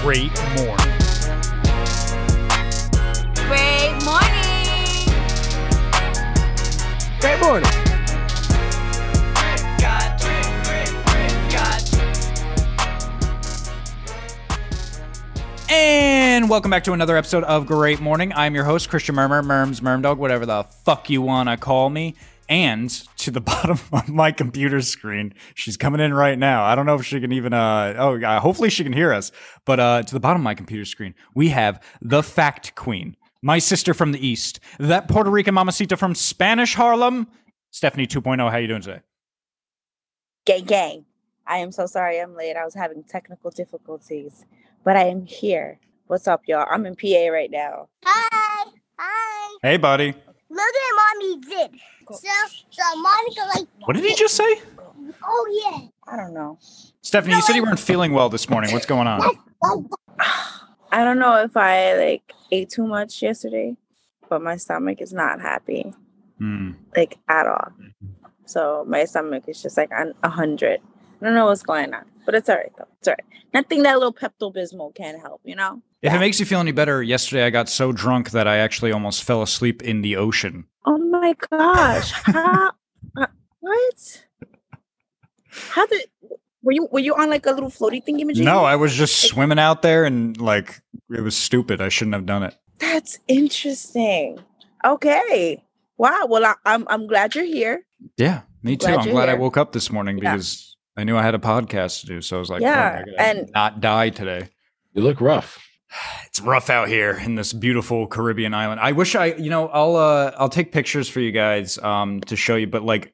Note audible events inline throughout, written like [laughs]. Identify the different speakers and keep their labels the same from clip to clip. Speaker 1: great morning.
Speaker 2: Great morning.
Speaker 3: Great morning.
Speaker 1: And welcome back to another episode of Great Morning. I'm your host, Christian Murmur, Merms, Mermdog, whatever the fuck you want to call me. And to the [laughs] bottom of my computer screen, she's coming in right now. I don't know if she can even, uh, oh, uh, hopefully she can hear us. But uh, to the bottom of my computer screen, we have the Fact Queen, my sister from the East, that Puerto Rican mamacita from Spanish Harlem, Stephanie 2.0. How you doing today?
Speaker 4: Gang, gang. I am so sorry I'm late. I was having technical difficulties, but I am here. What's up, y'all? I'm in PA right now.
Speaker 5: Hi, hi.
Speaker 1: Hey, buddy.
Speaker 5: Look at mommy did. So, so Monica like,
Speaker 1: What did he just say?
Speaker 5: oh yeah.
Speaker 4: I don't know.
Speaker 1: Stephanie, you said you weren't feeling well this morning. What's going on?
Speaker 4: I don't know if I like ate too much yesterday, but my stomach is not happy
Speaker 1: Hmm.
Speaker 4: like at all. So my stomach is just like on a hundred. I don't know what's going on, but it's all right though. It's all right. Nothing that little Pepto Bismol can help, you know.
Speaker 1: If it makes you feel any better, yesterday I got so drunk that I actually almost fell asleep in the ocean.
Speaker 4: Oh my gosh! How? uh, what? How did? Were you were you on like a little floaty thing?
Speaker 1: No, I was just swimming out there and like it was stupid. I shouldn't have done it.
Speaker 4: That's interesting. Okay. Wow. Well, I, I'm I'm glad you're here.
Speaker 1: Yeah, me too.
Speaker 4: Glad
Speaker 1: I'm
Speaker 4: you're
Speaker 1: glad I
Speaker 4: here.
Speaker 1: woke up this morning
Speaker 4: Yeah.
Speaker 1: because I knew I had a podcast to do. So I was like,
Speaker 4: Yeah,
Speaker 1: yeah, I and
Speaker 4: and-
Speaker 1: not die today.
Speaker 6: You look rough.
Speaker 1: [sighs] It's rough out here in this beautiful Caribbean island. I wish I, you know, I'll uh, I'll take pictures for you guys um to show you. But like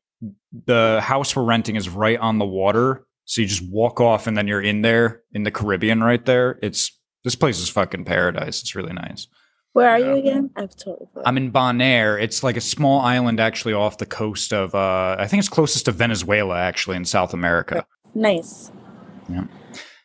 Speaker 1: the house we're renting is right on the water, so you just walk off and then you're in there in the Caribbean right there. It's this place is fucking paradise. It's really nice.
Speaker 4: Where are
Speaker 6: Yeah.
Speaker 4: you again? I've totally. forgot.
Speaker 1: I'm in Bonaire. It's like a small island actually off the coast of uh I think it's closest to Venezuela actually in South America.
Speaker 4: nice.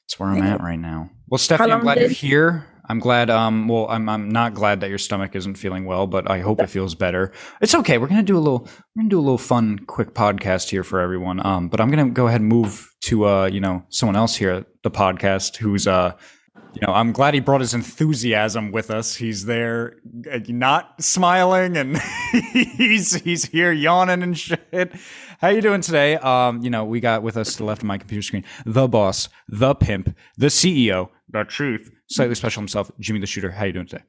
Speaker 1: It's where I'm at right now. Well, Stephanie, I'm
Speaker 4: long
Speaker 1: glad
Speaker 4: did-
Speaker 1: you're here. I'm glad. Um, well, I'm I'm not glad that your stomach isn't feeling well, but I hope it feels better. It's okay. We're gonna do a little. We're gonna do a little fun, quick podcast here for everyone. Um, but I'm gonna go ahead and move to uh, you know, someone else here at the podcast who's uh. You know, I'm glad he brought his enthusiasm with us. He's there, uh, not smiling, and [laughs] he's he's here yawning and shit. How you doing today? Um, you know, we got with us to the left of my computer screen the boss, the pimp, the CEO, the chief, slightly special himself, Jimmy the Shooter. How you doing today?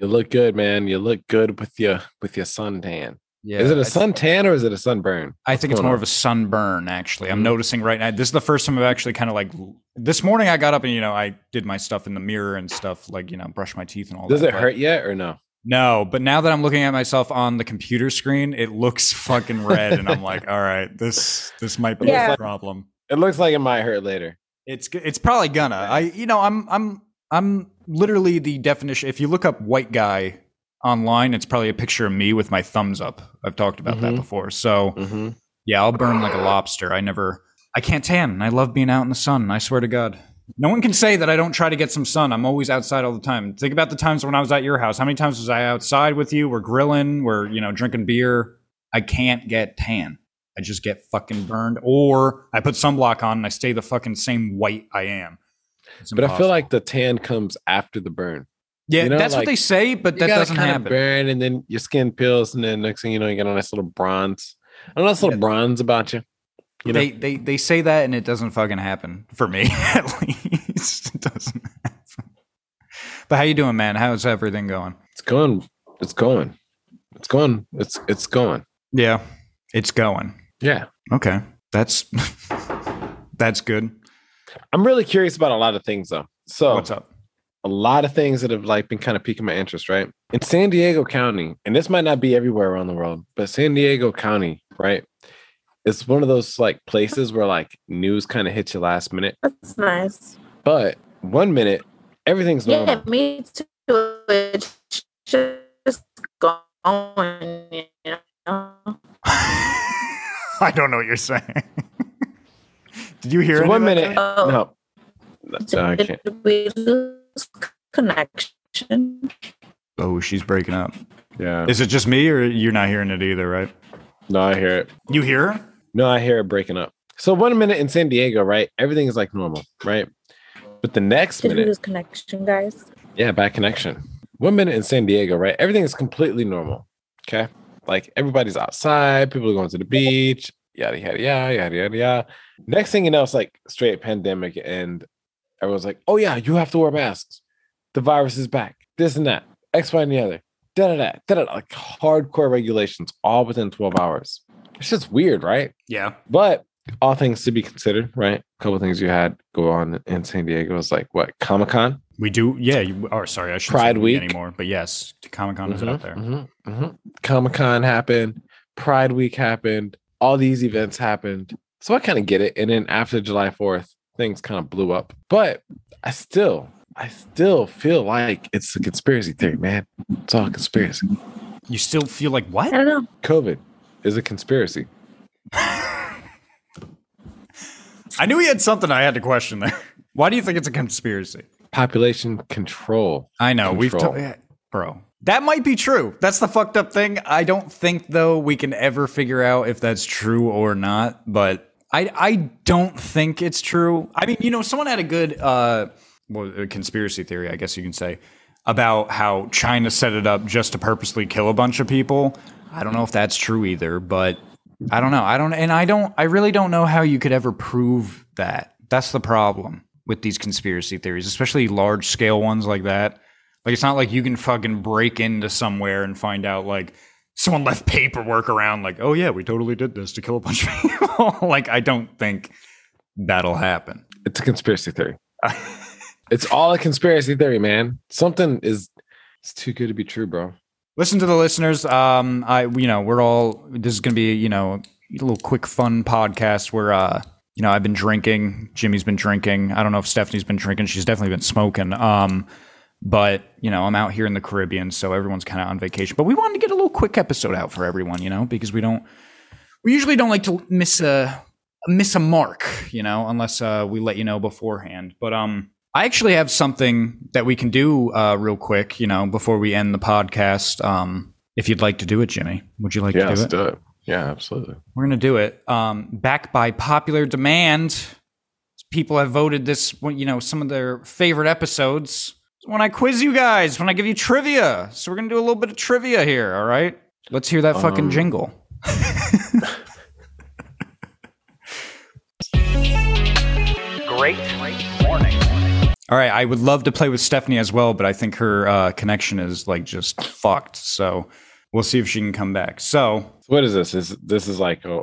Speaker 6: You look good, man. You look good with your with your suntan.
Speaker 1: Yeah,
Speaker 6: is it a suntan or is it a sunburn?
Speaker 1: I think it's
Speaker 6: going
Speaker 1: more
Speaker 6: on?
Speaker 1: of a sunburn. Actually, I'm
Speaker 6: Mhm.
Speaker 1: noticing right now. This is the first time I've actually kind of like this morning. I got up and you know I did my stuff in the mirror and stuff like you know brush my teeth and all.
Speaker 6: Does
Speaker 1: that,
Speaker 6: it
Speaker 1: but-
Speaker 6: hurt yet or no?
Speaker 1: No, but now that I'm looking at myself on the computer screen, it looks fucking red, and I'm
Speaker 6: [laughs]
Speaker 1: like, all right, this this might be
Speaker 4: Yeah.
Speaker 1: a problem.
Speaker 6: It looks like it might hurt later.
Speaker 1: It's it's probably gonna. I you know I'm I'm I'm literally the definition. If you look up white guy online, it's probably a picture of me with my thumbs up. I've talked about that
Speaker 6: Mhm.
Speaker 1: before. So
Speaker 6: Mm-hmm.
Speaker 1: yeah, I'll burn like a lobster. I never. I can't tan. I love being out in the sun. I swear to God. No one can say that I don't try to get some sun. I'm always outside all the time. Think about the times when I was at your house. How many times was I outside with you? We're grilling. We're you know drinking beer. I can't get tan. I just get fucking burned, or I put sunblock on and I stay the fucking same white I am. It's
Speaker 6: But I feel
Speaker 1: impossible.
Speaker 6: like the tan comes after the burn.
Speaker 1: yeah,
Speaker 6: you know,
Speaker 1: that's what
Speaker 6: like,
Speaker 1: they say, but
Speaker 6: You
Speaker 1: that
Speaker 6: gotta
Speaker 1: doesn't
Speaker 6: kinda
Speaker 1: happen.
Speaker 6: Burn and then your skin peels, and then next thing you know, you got a nice little bronze. A nice little
Speaker 1: Yeah.
Speaker 6: bronze about you. You know?
Speaker 1: They they they say that and it doesn't fucking happen for me [laughs] at least. It doesn't happen. But how you doing, man? How's everything going?
Speaker 6: It's going. It's going. It's going. It's it's going.
Speaker 1: Yeah, it's going.
Speaker 6: Yeah.
Speaker 1: Okay, that's [laughs] that's good.
Speaker 6: I'm really curious about a lot of things though. So
Speaker 1: What's up? [laughs]
Speaker 6: a lot of things that have like been kind of piquing my interest, right? In San Diego County, and this might not be everywhere around the world, but San Diego County, right? It's one of those like places where like news kind of hits you last minute,
Speaker 4: That's nice.
Speaker 6: but one minute everything's normal.
Speaker 4: Yeah, me too. It's just going. You know?
Speaker 1: I don't know what you're saying. [laughs] Did you hear
Speaker 6: So
Speaker 1: any
Speaker 6: one
Speaker 1: of that,
Speaker 6: minute,
Speaker 1: Jay?
Speaker 4: Oh,
Speaker 6: no, That's- no, I can't.
Speaker 4: Did we lose connection?
Speaker 1: Oh, she's breaking up.
Speaker 6: Yeah,
Speaker 1: Is it just me, or you're not hearing it either? Right?
Speaker 6: no, I hear it.
Speaker 1: You hear? her?
Speaker 6: No, I hear it breaking up. So one minute in San Diego, right? Everything is like normal, right? But But the next
Speaker 4: Did we
Speaker 6: minute,
Speaker 4: lose connection, guys?
Speaker 6: yeah, bad connection. One minute in San Diego, right? Everything is completely normal. Okay. Like everybody's outside, people are going to the beach, yada, yada, yada, yada, yada, yada. Next thing you know, it's like straight pandemic. And everyone's like, oh, yeah, you have to wear masks. The virus is back. This and that, X, Y, and the other. Da, da, da, da, da, like hardcore regulations all within 12 hours. It's just weird, right?
Speaker 1: Yeah.
Speaker 6: But all things to be considered, right? A couple things you had go on in San Diego is like what Comic Con,
Speaker 1: We do. Yeah. You, oh, sorry. I shouldn't
Speaker 6: Pride
Speaker 1: say
Speaker 6: Week. Mm-hmm.
Speaker 1: anymore. But yes, Comic Con is out there.
Speaker 6: Comic Con mm-hmm. happened, Pride Week happened, all these events happened. So I kind of get it. And then after July Fourth, things kind of blew up. But I still, I still feel like it's a conspiracy theory, man. It's all conspiracy.
Speaker 1: You still feel like
Speaker 4: I
Speaker 1: what?
Speaker 4: don't know.
Speaker 6: COVID is a conspiracy.
Speaker 1: I knew he had something I had to question there. [laughs] Why do you think it's a conspiracy?
Speaker 6: Population control.
Speaker 1: I know
Speaker 6: Control.
Speaker 1: we've ta- bro. That might be true. That's the fucked up thing. I don't think though we can ever figure out if that's true or not. But I I don't think it's true. I mean, you know, someone had a good uh, well, a conspiracy theory, I guess you can say, about how China set it up just to purposely kill a bunch of people. I don't know if that's true either, but I don't know. I don't, and I don't. I really don't know how you could ever prove that. That's the problem with these conspiracy theories, especially large scale ones like that. Like it's not like you can fucking break into somewhere and find out like someone left paperwork around like, "Oh yeah, we totally did this to kill a bunch of people." [laughs] like I don't think that'll happen. [laughs]
Speaker 6: It's a conspiracy theory. It's all a conspiracy theory, man. Something is it's too good to be true, bro.
Speaker 1: Listen to the listeners. Um I you know, we're all this is going to be, you know, a little quick fun podcast where uh you know, I've been drinking, Jimmy's been drinking. I don't know if Stephanie's been drinking. She's definitely been smoking. Um but, you know, I'm out here in the Caribbean, so everyone's kind of on vacation. But we wanted to get a little quick episode out for everyone, you know, because we don't we usually don't like to miss a miss a mark, you know, unless uh, we let you know beforehand. But um, I actually have something that we can do uh, real quick, you know, before we end the podcast. Um, if you'd like to do it, Jimmy, would you like to
Speaker 6: yeah,
Speaker 1: do
Speaker 6: let's
Speaker 1: it?
Speaker 6: do it. Yeah, absolutely.
Speaker 1: We're gonna do it. Um, back by popular demand, people have voted this. You know, some of their favorite episodes. When I quiz you guys, when I give you trivia, so we're gonna do a little bit of trivia here. All right, let's hear that fucking
Speaker 6: Um,
Speaker 1: jingle.
Speaker 3: Great morning.
Speaker 1: All right, I would love to play with Stephanie as well, but I think her uh, connection is like just fucked. So we'll see if she can come back. So
Speaker 6: So what is this? Is this is like a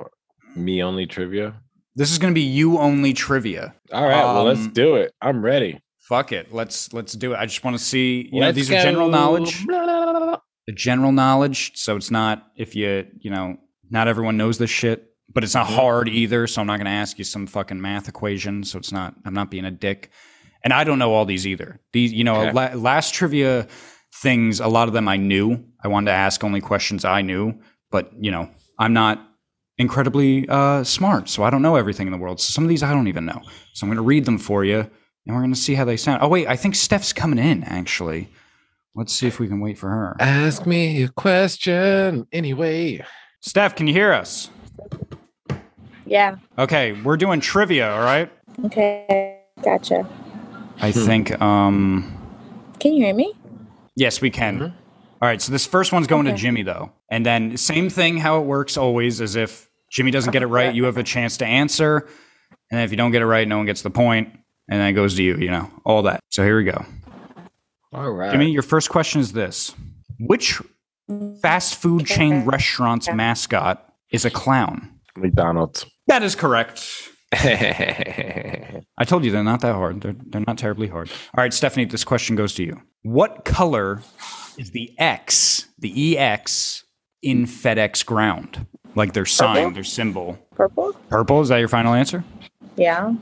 Speaker 6: me only trivia?
Speaker 1: this is going to be you only trivia.
Speaker 6: All right, well let's
Speaker 1: Um,
Speaker 6: do it. I'm ready.
Speaker 1: Fuck it, let's let's do it. I just want to see. You know,
Speaker 6: Let's
Speaker 1: these are general
Speaker 6: go.
Speaker 1: knowledge.
Speaker 6: Blah, blah, blah, blah.
Speaker 1: The general knowledge, so it's not if you you know not everyone knows this shit, but it's not hard either. So I'm not going to ask you some fucking math equation. So it's not. I'm not being a dick. and I don't know all these either. These, you know,
Speaker 6: Okay.
Speaker 1: la- last trivia things, a lot of them I knew. I wanted to ask only questions I knew, but you know, I'm not incredibly uh, smart, so I don't know everything in the world. So some of these I don't even know. So I'm going to read them for you, and we're going to see how they sound. Oh wait, I think Steph's coming in actually. Let's see if we can wait for her.
Speaker 6: Ask me a question anyway.
Speaker 1: Steph, can you hear us?
Speaker 4: Yeah.
Speaker 1: Okay, we're doing trivia. All right.
Speaker 4: Okay. Gotcha.
Speaker 1: I think. um
Speaker 4: Can you hear me?
Speaker 1: Yes, we can. All right, so this first one's going to
Speaker 4: Okay.
Speaker 1: Jimmy though. And then same thing how it works always is if Jimmy doesn't get it right, you have a chance to answer. And if you don't get it right, no one gets the point, and then it goes to you, you know, all that. So here we go.
Speaker 6: All right.
Speaker 1: Jimmy, your first question is this. Which fast food chain restaurant's mascot is a clown? [laughs]
Speaker 6: McDonald's.
Speaker 1: That is correct.
Speaker 6: Red.
Speaker 1: I told you they're not that hard. They're, they're not terribly hard. All right, Stephanie, this question goes to you. What color is the X, the EX, in FedEx ground? Like their sign,
Speaker 4: Purple?
Speaker 1: their symbol.
Speaker 4: Purple?
Speaker 1: Purple, is that your final answer?
Speaker 4: Yeah.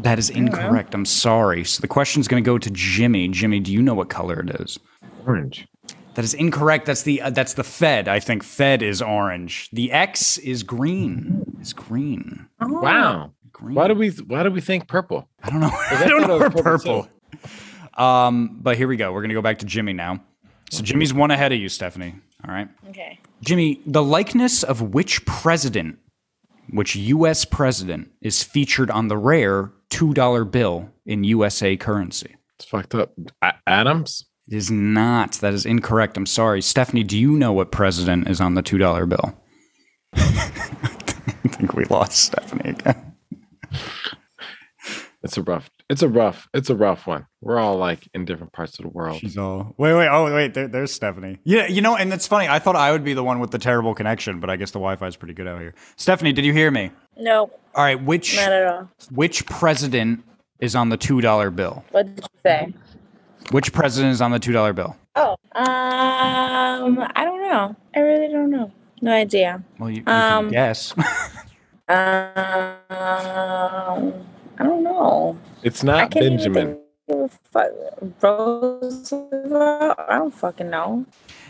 Speaker 1: That is incorrect. I'm sorry. So the question's going to go to Jimmy. Jimmy, do you know what color it is?
Speaker 6: Orange.
Speaker 1: That is incorrect. That's the uh, that's the Fed. I think Fed is orange. The X is green. It's green.
Speaker 4: Oh.
Speaker 6: Wow.
Speaker 1: Green.
Speaker 6: Why do we why do we think purple?
Speaker 1: I don't know. [laughs] I don't
Speaker 6: thought
Speaker 1: know
Speaker 6: it was
Speaker 1: where
Speaker 6: purple
Speaker 1: purple. Um, but here we go. We're gonna go back to Jimmy now. So Jimmy's one ahead of you, Stephanie. All right,
Speaker 4: Okay.
Speaker 1: Jimmy. The likeness of which president, which U.S. president, is featured on the rare two dollar bill in USA currency.
Speaker 6: It's fucked up. A- Adams?
Speaker 1: It is not. That is incorrect. I'm sorry. Stephanie, do you know what president is on the $2 bill? [laughs] I think we lost Stephanie again.
Speaker 6: It's a rough. It's a rough. It's a rough one. We're all like in different parts of the world.
Speaker 1: She's all wait, wait, oh wait, there, there's Stephanie. Yeah, you know, and it's funny. I thought I would be the one with the terrible connection, but I guess the Wi-Fi is pretty good out here. Stephanie, did you hear me?
Speaker 4: No,
Speaker 1: All right, which
Speaker 4: not at all.
Speaker 1: which president is on the two dollar bill?
Speaker 4: What did you say?
Speaker 1: Which president is on the two dollar bill?
Speaker 4: Oh, um, I don't know. I really don't know. No idea.
Speaker 1: Well, you, you
Speaker 4: Um,
Speaker 1: can guess. [laughs]
Speaker 4: Um, I don't know.
Speaker 6: It's
Speaker 4: I
Speaker 6: not
Speaker 4: can't even
Speaker 6: Benjamin.
Speaker 4: think of a fu- Roosevelt? I don't fucking know.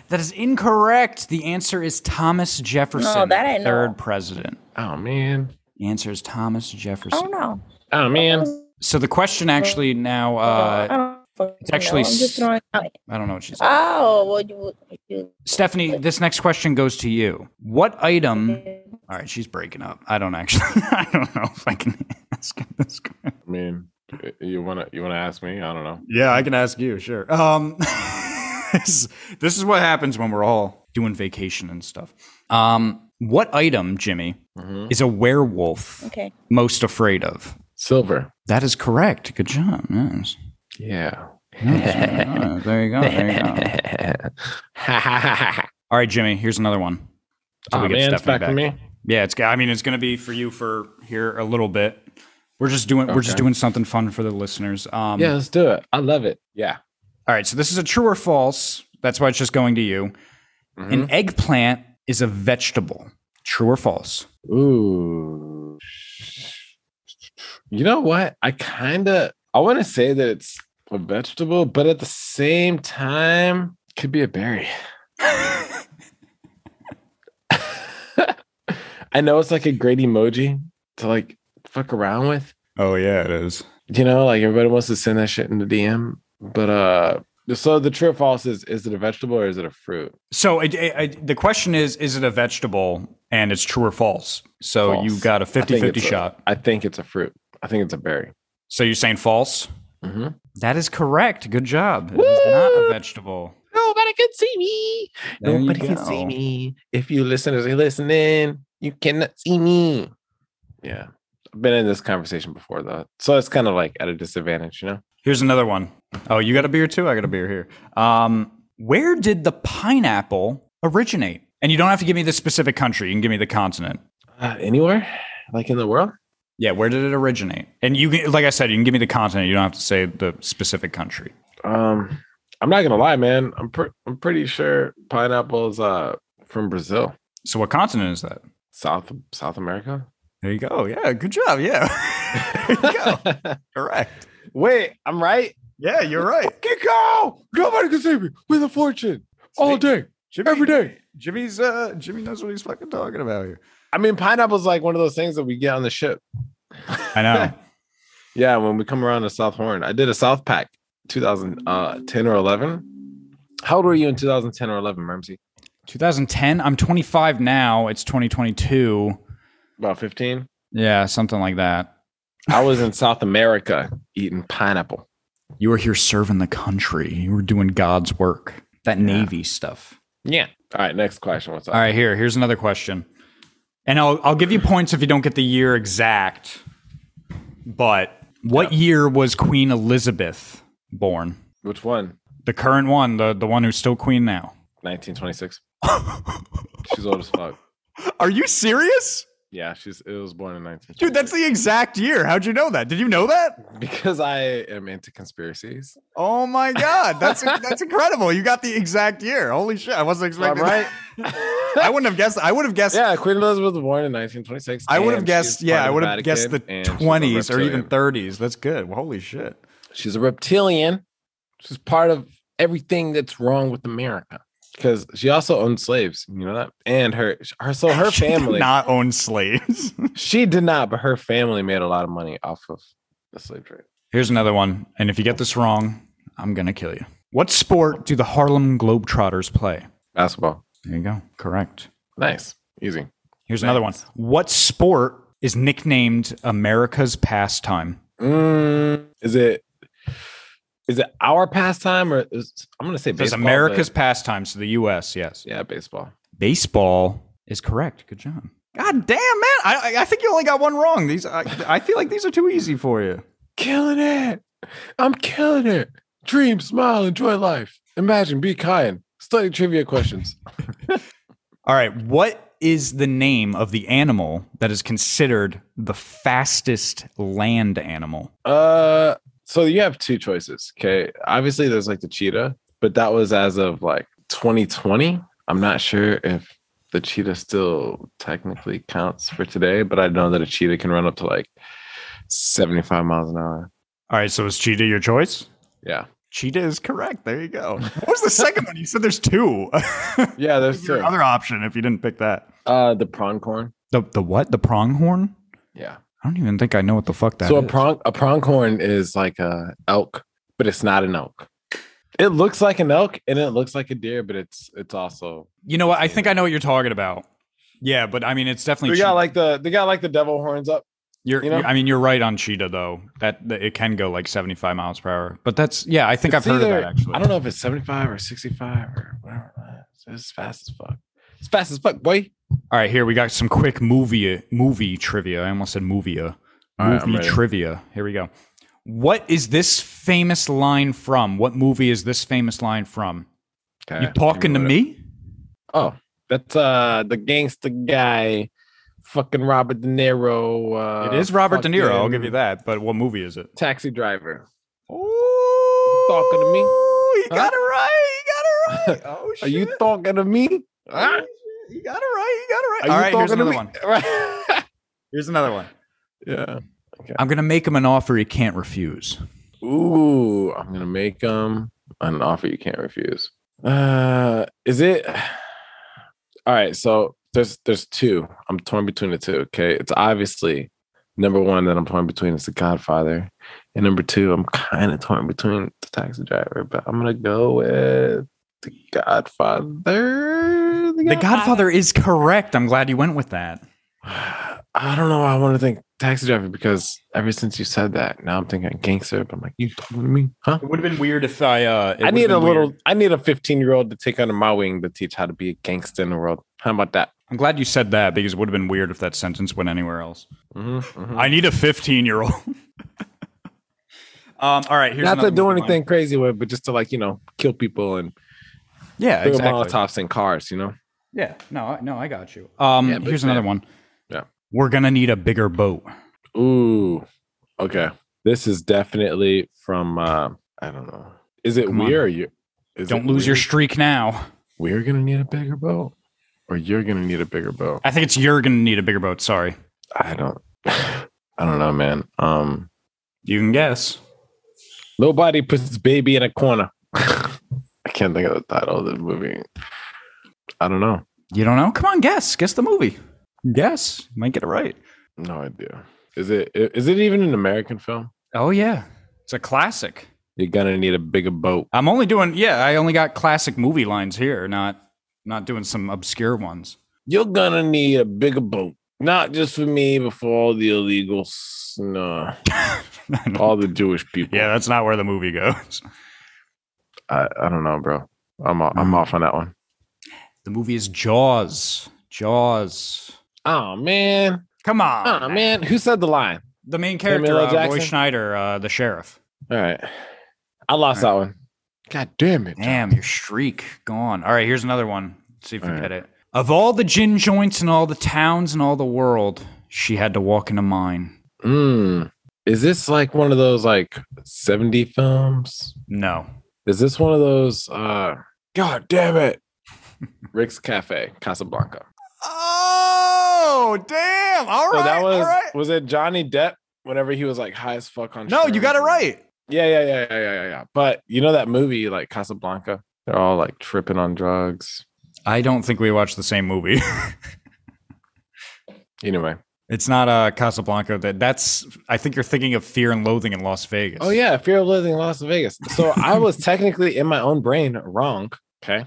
Speaker 1: that is incorrect. The answer is Thomas Jefferson,
Speaker 4: No, that I know.
Speaker 1: third president.
Speaker 6: Oh man.
Speaker 1: The answer is Thomas
Speaker 4: I
Speaker 1: Jefferson.
Speaker 4: don't know.
Speaker 6: Oh man.
Speaker 1: So the question actually now,
Speaker 4: I
Speaker 1: uh,
Speaker 4: don't fucking
Speaker 1: it's actually
Speaker 4: know. I'm just
Speaker 1: s-
Speaker 4: throwing out.
Speaker 1: I don't know what she's.
Speaker 4: Oh, well, you, you
Speaker 1: Stephanie, this next question goes to you. What item? All right, she's breaking up. I don't actually. [laughs] I don't know if I can [laughs] ask this. question.
Speaker 6: I mean, you wanna you wanna ask me? I don't know.
Speaker 1: Yeah, I can ask you, sure. Um, [laughs] this, this is what happens when we're all doing vacation and stuff. Um, what item, Jimmy,
Speaker 6: Mhm.
Speaker 1: is a werewolf
Speaker 4: okay.
Speaker 1: most afraid of?
Speaker 6: Silver.
Speaker 1: That is correct. Good job. Yes.
Speaker 6: Yeah.
Speaker 1: Yes. Ah, there you go. There you go.
Speaker 6: [laughs]
Speaker 1: All right, Jimmy, here's another one. So
Speaker 6: oh
Speaker 1: we get
Speaker 6: Ah, man, it's
Speaker 1: Stephanie
Speaker 6: back to me.
Speaker 1: Yeah, it's. I mean, it's going to be for you for here a little bit. We're just doing. We're just
Speaker 6: Okay.
Speaker 1: doing something fun for the listeners. Um,
Speaker 6: yeah, let's do it. I love it. Yeah.
Speaker 1: All right. So this is a true or false. That's why it's just going to you.
Speaker 6: Mm-hmm.
Speaker 1: An eggplant is a vegetable. True or false?
Speaker 6: Ooh. You know what? I kind of I want to say that it's a vegetable, but at the same time, could be a berry. [laughs] I know it's like a great emoji to like fuck around with.
Speaker 1: Oh yeah, it is.
Speaker 6: You know, like everybody wants to send that shit in the DM, but uh so the true or false is is it a vegetable or is it a fruit?
Speaker 1: So it, it, it- the question is: Is it a vegetable? And it's true or false. So
Speaker 6: False.
Speaker 1: you got a
Speaker 6: I think
Speaker 1: 50-50
Speaker 6: it's a-
Speaker 1: shot.
Speaker 6: I think it's a fruit. I think it's a berry.
Speaker 1: so you're saying false?
Speaker 6: Mm-hmm.
Speaker 1: That is correct. Good job. It is not a
Speaker 6: Woo!
Speaker 1: vegetable.
Speaker 6: Nobody can see me.
Speaker 1: There you
Speaker 6: Nobody can see
Speaker 1: go.
Speaker 6: me. If you listeners are listening, you cannot see me. Yeah. I've been in this conversation before though. So it's kind of like at a disadvantage, you know?
Speaker 1: Here's another one. Oh, you got a beer too? I got a beer here. Um, where did the pineapple originate? And you don't have to give me the specific country. You can give me the continent.
Speaker 6: Uh, anywhere? Like in the world?
Speaker 1: Yeah, where did it originate? And you can, like I said, you can give me the continent. You don't have to say the specific country.
Speaker 6: Um, I'm not gonna lie, man. I'm pre- I'm pretty sure pineapples uh from Brazil.
Speaker 1: So what continent is that?
Speaker 6: South South America.
Speaker 1: There you go. Yeah, good job. Yeah. [laughs] there you go. Correct.
Speaker 6: [laughs] Wait, I'm right.
Speaker 1: Yeah, you're right.
Speaker 6: Get go! Nobody can see me with a fortune all day,
Speaker 1: Jimmy,
Speaker 6: every day.
Speaker 1: Jimmy's uh Jimmy knows what he's fucking talking about here.
Speaker 6: I mean, pineapple's like one of those things that we get on the [laughs] ship.
Speaker 1: I know.
Speaker 6: Yeah, when we come around to South Horn, I did a South Pack 2010 or 11. How old were you in 2010 or 11, Ramsey?
Speaker 1: 2010. I'm 25 now. It's 2022.
Speaker 6: About 15.
Speaker 1: Yeah, something like that.
Speaker 6: [laughs] I was in South America eating pineapple.
Speaker 1: You were here serving the country. You were doing God's work. That Navy stuff.
Speaker 6: Yeah. All right, next question. What's up?
Speaker 1: All right, here. Here's another question. And I'll, I'll give you points if you don't get the year exact. But what year was Queen Elizabeth born?
Speaker 6: Which one?
Speaker 1: The current one, the, the one who's still queen now.
Speaker 6: 1926. She's old as fuck.
Speaker 1: [laughs] Are you serious?
Speaker 6: Yeah, she's it was born in 19.
Speaker 1: the exact year. How'd you know that? Did you know that?
Speaker 6: because I am into conspiracies.
Speaker 1: Oh my god, [laughs] that's that's incredible. You got the exact year. Holy shit. I wasn't
Speaker 6: I'm [laughs] right.
Speaker 1: [laughs] wouldn't have guessed. I would have guessed
Speaker 6: yeah, Queen Elizabeth was born in 1926.
Speaker 1: I would have
Speaker 6: and
Speaker 1: guessed.
Speaker 6: she's
Speaker 1: Yeah,
Speaker 6: part
Speaker 1: I
Speaker 6: of
Speaker 1: would
Speaker 6: the
Speaker 1: have guessed the
Speaker 6: Vatican, and she's a
Speaker 1: twenties or even
Speaker 6: reptilian.
Speaker 1: thirties. That's good. Well, holy shit!
Speaker 6: She's a reptilian. She's part of everything that's wrong with America because she also owned slaves. You know that, and her, her so
Speaker 1: [laughs]
Speaker 6: her
Speaker 1: She did
Speaker 6: family.
Speaker 1: not own slaves. [laughs]
Speaker 6: She did not, but her family made a lot of money off of the slave trade.
Speaker 1: Here's another one, and if you get this wrong, I'm gonna kill you. What sport do the Harlem Globetrotters play?
Speaker 6: Basketball,
Speaker 1: There you go. Correct.
Speaker 6: nice, easy.
Speaker 1: Here's another one. What sport is nicknamed America's pastime?
Speaker 6: Mm, Is it is it our pastime or is, I'm gonna say
Speaker 1: It's
Speaker 6: baseball?
Speaker 1: America's
Speaker 6: but-
Speaker 1: pastime, so the U.S. Yes,
Speaker 6: yeah, baseball.
Speaker 1: baseball is correct. Good job. God damn, man! I I- I think you only got one wrong. These I, I feel like these are too easy for you.
Speaker 6: Killing it. I'm killing it. Dream, smile, enjoy life. Imagine, be kind. Study trivia questions.
Speaker 1: All right, what is the name of the animal that is considered the fastest land animal?
Speaker 6: Uh, so you have two choices. Okay, obviously there's like the cheetah, but that was as of like 2020. I'm not sure if the cheetah still technically counts for today, but I know that a cheetah can run up to like 75 miles an hour.
Speaker 1: All right, so is cheetah your choice?
Speaker 6: Yeah,
Speaker 1: Cheetah is correct. There you go. What was the second one? You said there's two. [laughs]
Speaker 6: yeah. There's
Speaker 1: Your
Speaker 6: two.
Speaker 1: other option if you didn't pick that.
Speaker 6: Uh, the pronghorn.
Speaker 1: The the what? The pronghorn?
Speaker 6: Yeah.
Speaker 1: I don't even think I know what the fuck that is.
Speaker 6: so a prong a pronghorn is like a elk, but it's not an elk. It looks like an elk and it looks like a deer, but it's it's also
Speaker 1: you know what? I think I know what you're talking about. Yeah, but I mean, it's definitely.
Speaker 6: they
Speaker 1: cheetah.
Speaker 6: got like the they got like the devil horns up.
Speaker 1: You're,
Speaker 6: you know?
Speaker 1: I mean, you're right on cheetah though. That, that it can go like 75 miles per hour. But that's yeah. I think
Speaker 6: It's
Speaker 1: I've heard
Speaker 6: either-
Speaker 1: of that actually.
Speaker 6: I don't know if it's 75 or 65 or whatever. that is. It's fast as fuck. It's fast as fuck, boy.
Speaker 1: All right, here we got some quick movie movie trivia. I almost said movia.
Speaker 6: All right, I'm
Speaker 1: movie
Speaker 6: ready.
Speaker 1: trivia. Here we go. What is this famous line from? What movie is this famous line from?
Speaker 6: Okay,
Speaker 1: You talking to
Speaker 6: Uh, give it
Speaker 1: me?
Speaker 6: up. Oh, that's uh the gangster guy, fucking Robert De Niro. Uh,
Speaker 1: it is Robert De Niro. I'll give you
Speaker 6: fucking
Speaker 1: that. But what movie is it?
Speaker 6: Taxi driver.
Speaker 1: Ooh,
Speaker 6: Talking to me?
Speaker 1: You
Speaker 6: Huh?
Speaker 1: got it right. You got it right. Oh shit.
Speaker 6: [laughs] Are you talking to me? Ah. Huh?
Speaker 1: You got it right. You got it right.
Speaker 6: Are
Speaker 1: All right,
Speaker 6: you
Speaker 1: here's
Speaker 6: talking to
Speaker 1: another
Speaker 6: me?
Speaker 1: one.
Speaker 6: [laughs] Right.
Speaker 1: Here's another one.
Speaker 6: yeah.
Speaker 1: I'm gonna make him an offer he can't refuse.
Speaker 6: Ooh, I'm gonna make um an offer you can't refuse. Uh, is it? [sighs] All right, so there's there's two. I'm torn between the two. Okay, it's obviously number one that I'm torn between is The Godfather, and number two I'm kind of torn between The Taxi Driver, but I'm gonna go with The Godfather.
Speaker 1: The Godfather is correct. I'm glad you went with that.
Speaker 6: I don't know why I want to think Taxi Driver because ever since you said that, now I'm thinking gangster. But I'm like, you talking to me, huh?
Speaker 1: It would have been weird if I. Uh,
Speaker 6: I need a little. I need a 15 year old to take under my wing to teach how to be a gangster in the world. How about that?
Speaker 1: I'm glad you said that because it would have been weird if that sentence went anywhere else.
Speaker 6: Mhm, mhm.
Speaker 1: I need a 15 year old. [laughs] um. All right. Here's
Speaker 6: Not to
Speaker 1: another
Speaker 6: do
Speaker 1: movie line.
Speaker 6: anything crazy with, but just to like you know kill people and
Speaker 1: Yeah.
Speaker 6: throw
Speaker 1: Exactly.
Speaker 6: molotovs in cars. You know.
Speaker 1: Yeah. No. I- No. I got you. Um.
Speaker 6: Yeah, big
Speaker 1: here's another
Speaker 6: fan.
Speaker 1: one.
Speaker 6: Yeah.
Speaker 1: We're gonna need a bigger boat.
Speaker 6: Ooh. Okay. This is definitely from. Uh, I don't know. Is it
Speaker 1: Come on.
Speaker 6: we or you? Is
Speaker 1: Don't
Speaker 6: it
Speaker 1: lose your
Speaker 6: we?
Speaker 1: streak now.
Speaker 6: We're gonna need a bigger boat, or you're gonna need a bigger boat.
Speaker 1: I think it's you're gonna need a bigger boat. Sorry.
Speaker 6: I don't. [sighs] I don't know, man. Um,
Speaker 1: You can guess.
Speaker 6: nobody puts baby in a corner. [laughs] I can't think of the title of the movie. I don't know.
Speaker 1: You don't know? Come on, guess. Guess the movie. Guess. You might get it right.
Speaker 6: No idea. Is it i- is it even an American film?
Speaker 1: Oh yeah. It's a classic.
Speaker 6: You're gonna need a bigger boat.
Speaker 1: I'm only doing yeah, I only got classic movie lines here, not not doing some obscure ones. [laughs]
Speaker 6: You're gonna need a bigger boat. Not just for me, but for all the illegals. No, all the Jewish people.
Speaker 1: yeah, that's not where the movie goes.
Speaker 6: I, I don't know, bro. I'm off, I'm off on that one.
Speaker 1: [laughs] The movie is Jaws. Jaws.
Speaker 6: Oh man.
Speaker 1: Come on.
Speaker 6: Oh man. Who said the line?
Speaker 1: The main
Speaker 6: Samuel
Speaker 1: character,
Speaker 6: L.
Speaker 1: uh, Roy
Speaker 6: Jackson?
Speaker 1: Schneider, uh, the sheriff.
Speaker 6: All right. I lost that one. God damn it.
Speaker 1: Damn, your streak gone. All right, here's another one. see if you
Speaker 6: All right.
Speaker 1: get it. Of all the gin joints in all the towns in all the world, she had to walk into mine.
Speaker 6: Mm. Is this like one of those like 70 films?
Speaker 1: No.
Speaker 6: Is this one of those uh God damn it? Rick's Cafe, Casablanca.
Speaker 1: Oh, damn. All
Speaker 6: so that was was it Johnny Depp whenever he was like high as fuck on shrooms? Yeah, yeah, yeah, yeah, yeah, yeah, yeah. But you know that movie like Casablanca? They're all like tripping on drugs.
Speaker 1: I don't think we watched the same movie. [laughs]
Speaker 6: Anyway.
Speaker 1: it's not uh, Casablanca. That that's. I think you're thinking of Fear and Loathing in Las Vegas.
Speaker 6: Oh yeah, Fear of Living in Las Vegas. So I was technically in my own brain wrong. Okay.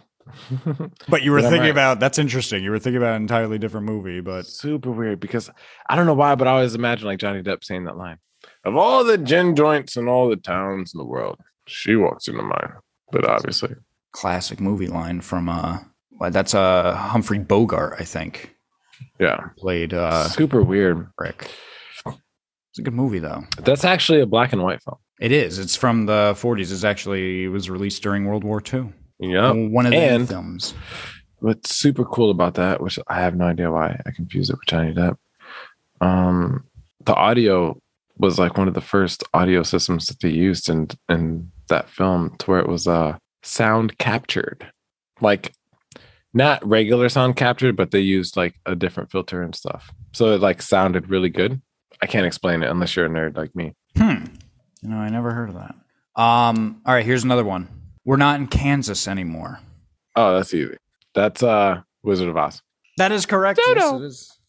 Speaker 1: but you were
Speaker 6: But I'm
Speaker 1: thinking
Speaker 6: right.
Speaker 1: about. That's interesting. You were thinking about an entirely different movie, but
Speaker 6: super weird because I don't know why, but I always imagine like Johnny Depp saying that line. Of all the gin joints in all the towns in the world, she walks into mine. But obviously,
Speaker 1: Classic movie line from uh, well, that's uh Humphrey Bogart, I think,
Speaker 6: yeah,
Speaker 1: played uh
Speaker 6: super weird.
Speaker 1: Rick. It's a good movie though.
Speaker 6: That's actually a black and white film.
Speaker 1: It is. It's from the 40s. It's actually it was released during World War II.
Speaker 6: Yeah.
Speaker 1: One of the
Speaker 6: Oh, and-
Speaker 1: films.
Speaker 6: What's super cool about that, which I have no idea why I confused it with Johnny Depp. Um, the audio was like one of the first audio systems that they used in in that film, to where it was uh sound captured, like not regular sound captured, but they used like a different filter and stuff, so it like sounded really good. I can't explain it unless you're a nerd like me.
Speaker 1: Hmm. You know, I never heard of that. Um. All right. Here's another one. We're not in Kansas anymore.
Speaker 6: Oh, that's easy. That's uh Wizard of Oz.
Speaker 1: That is correct. Yes, it is.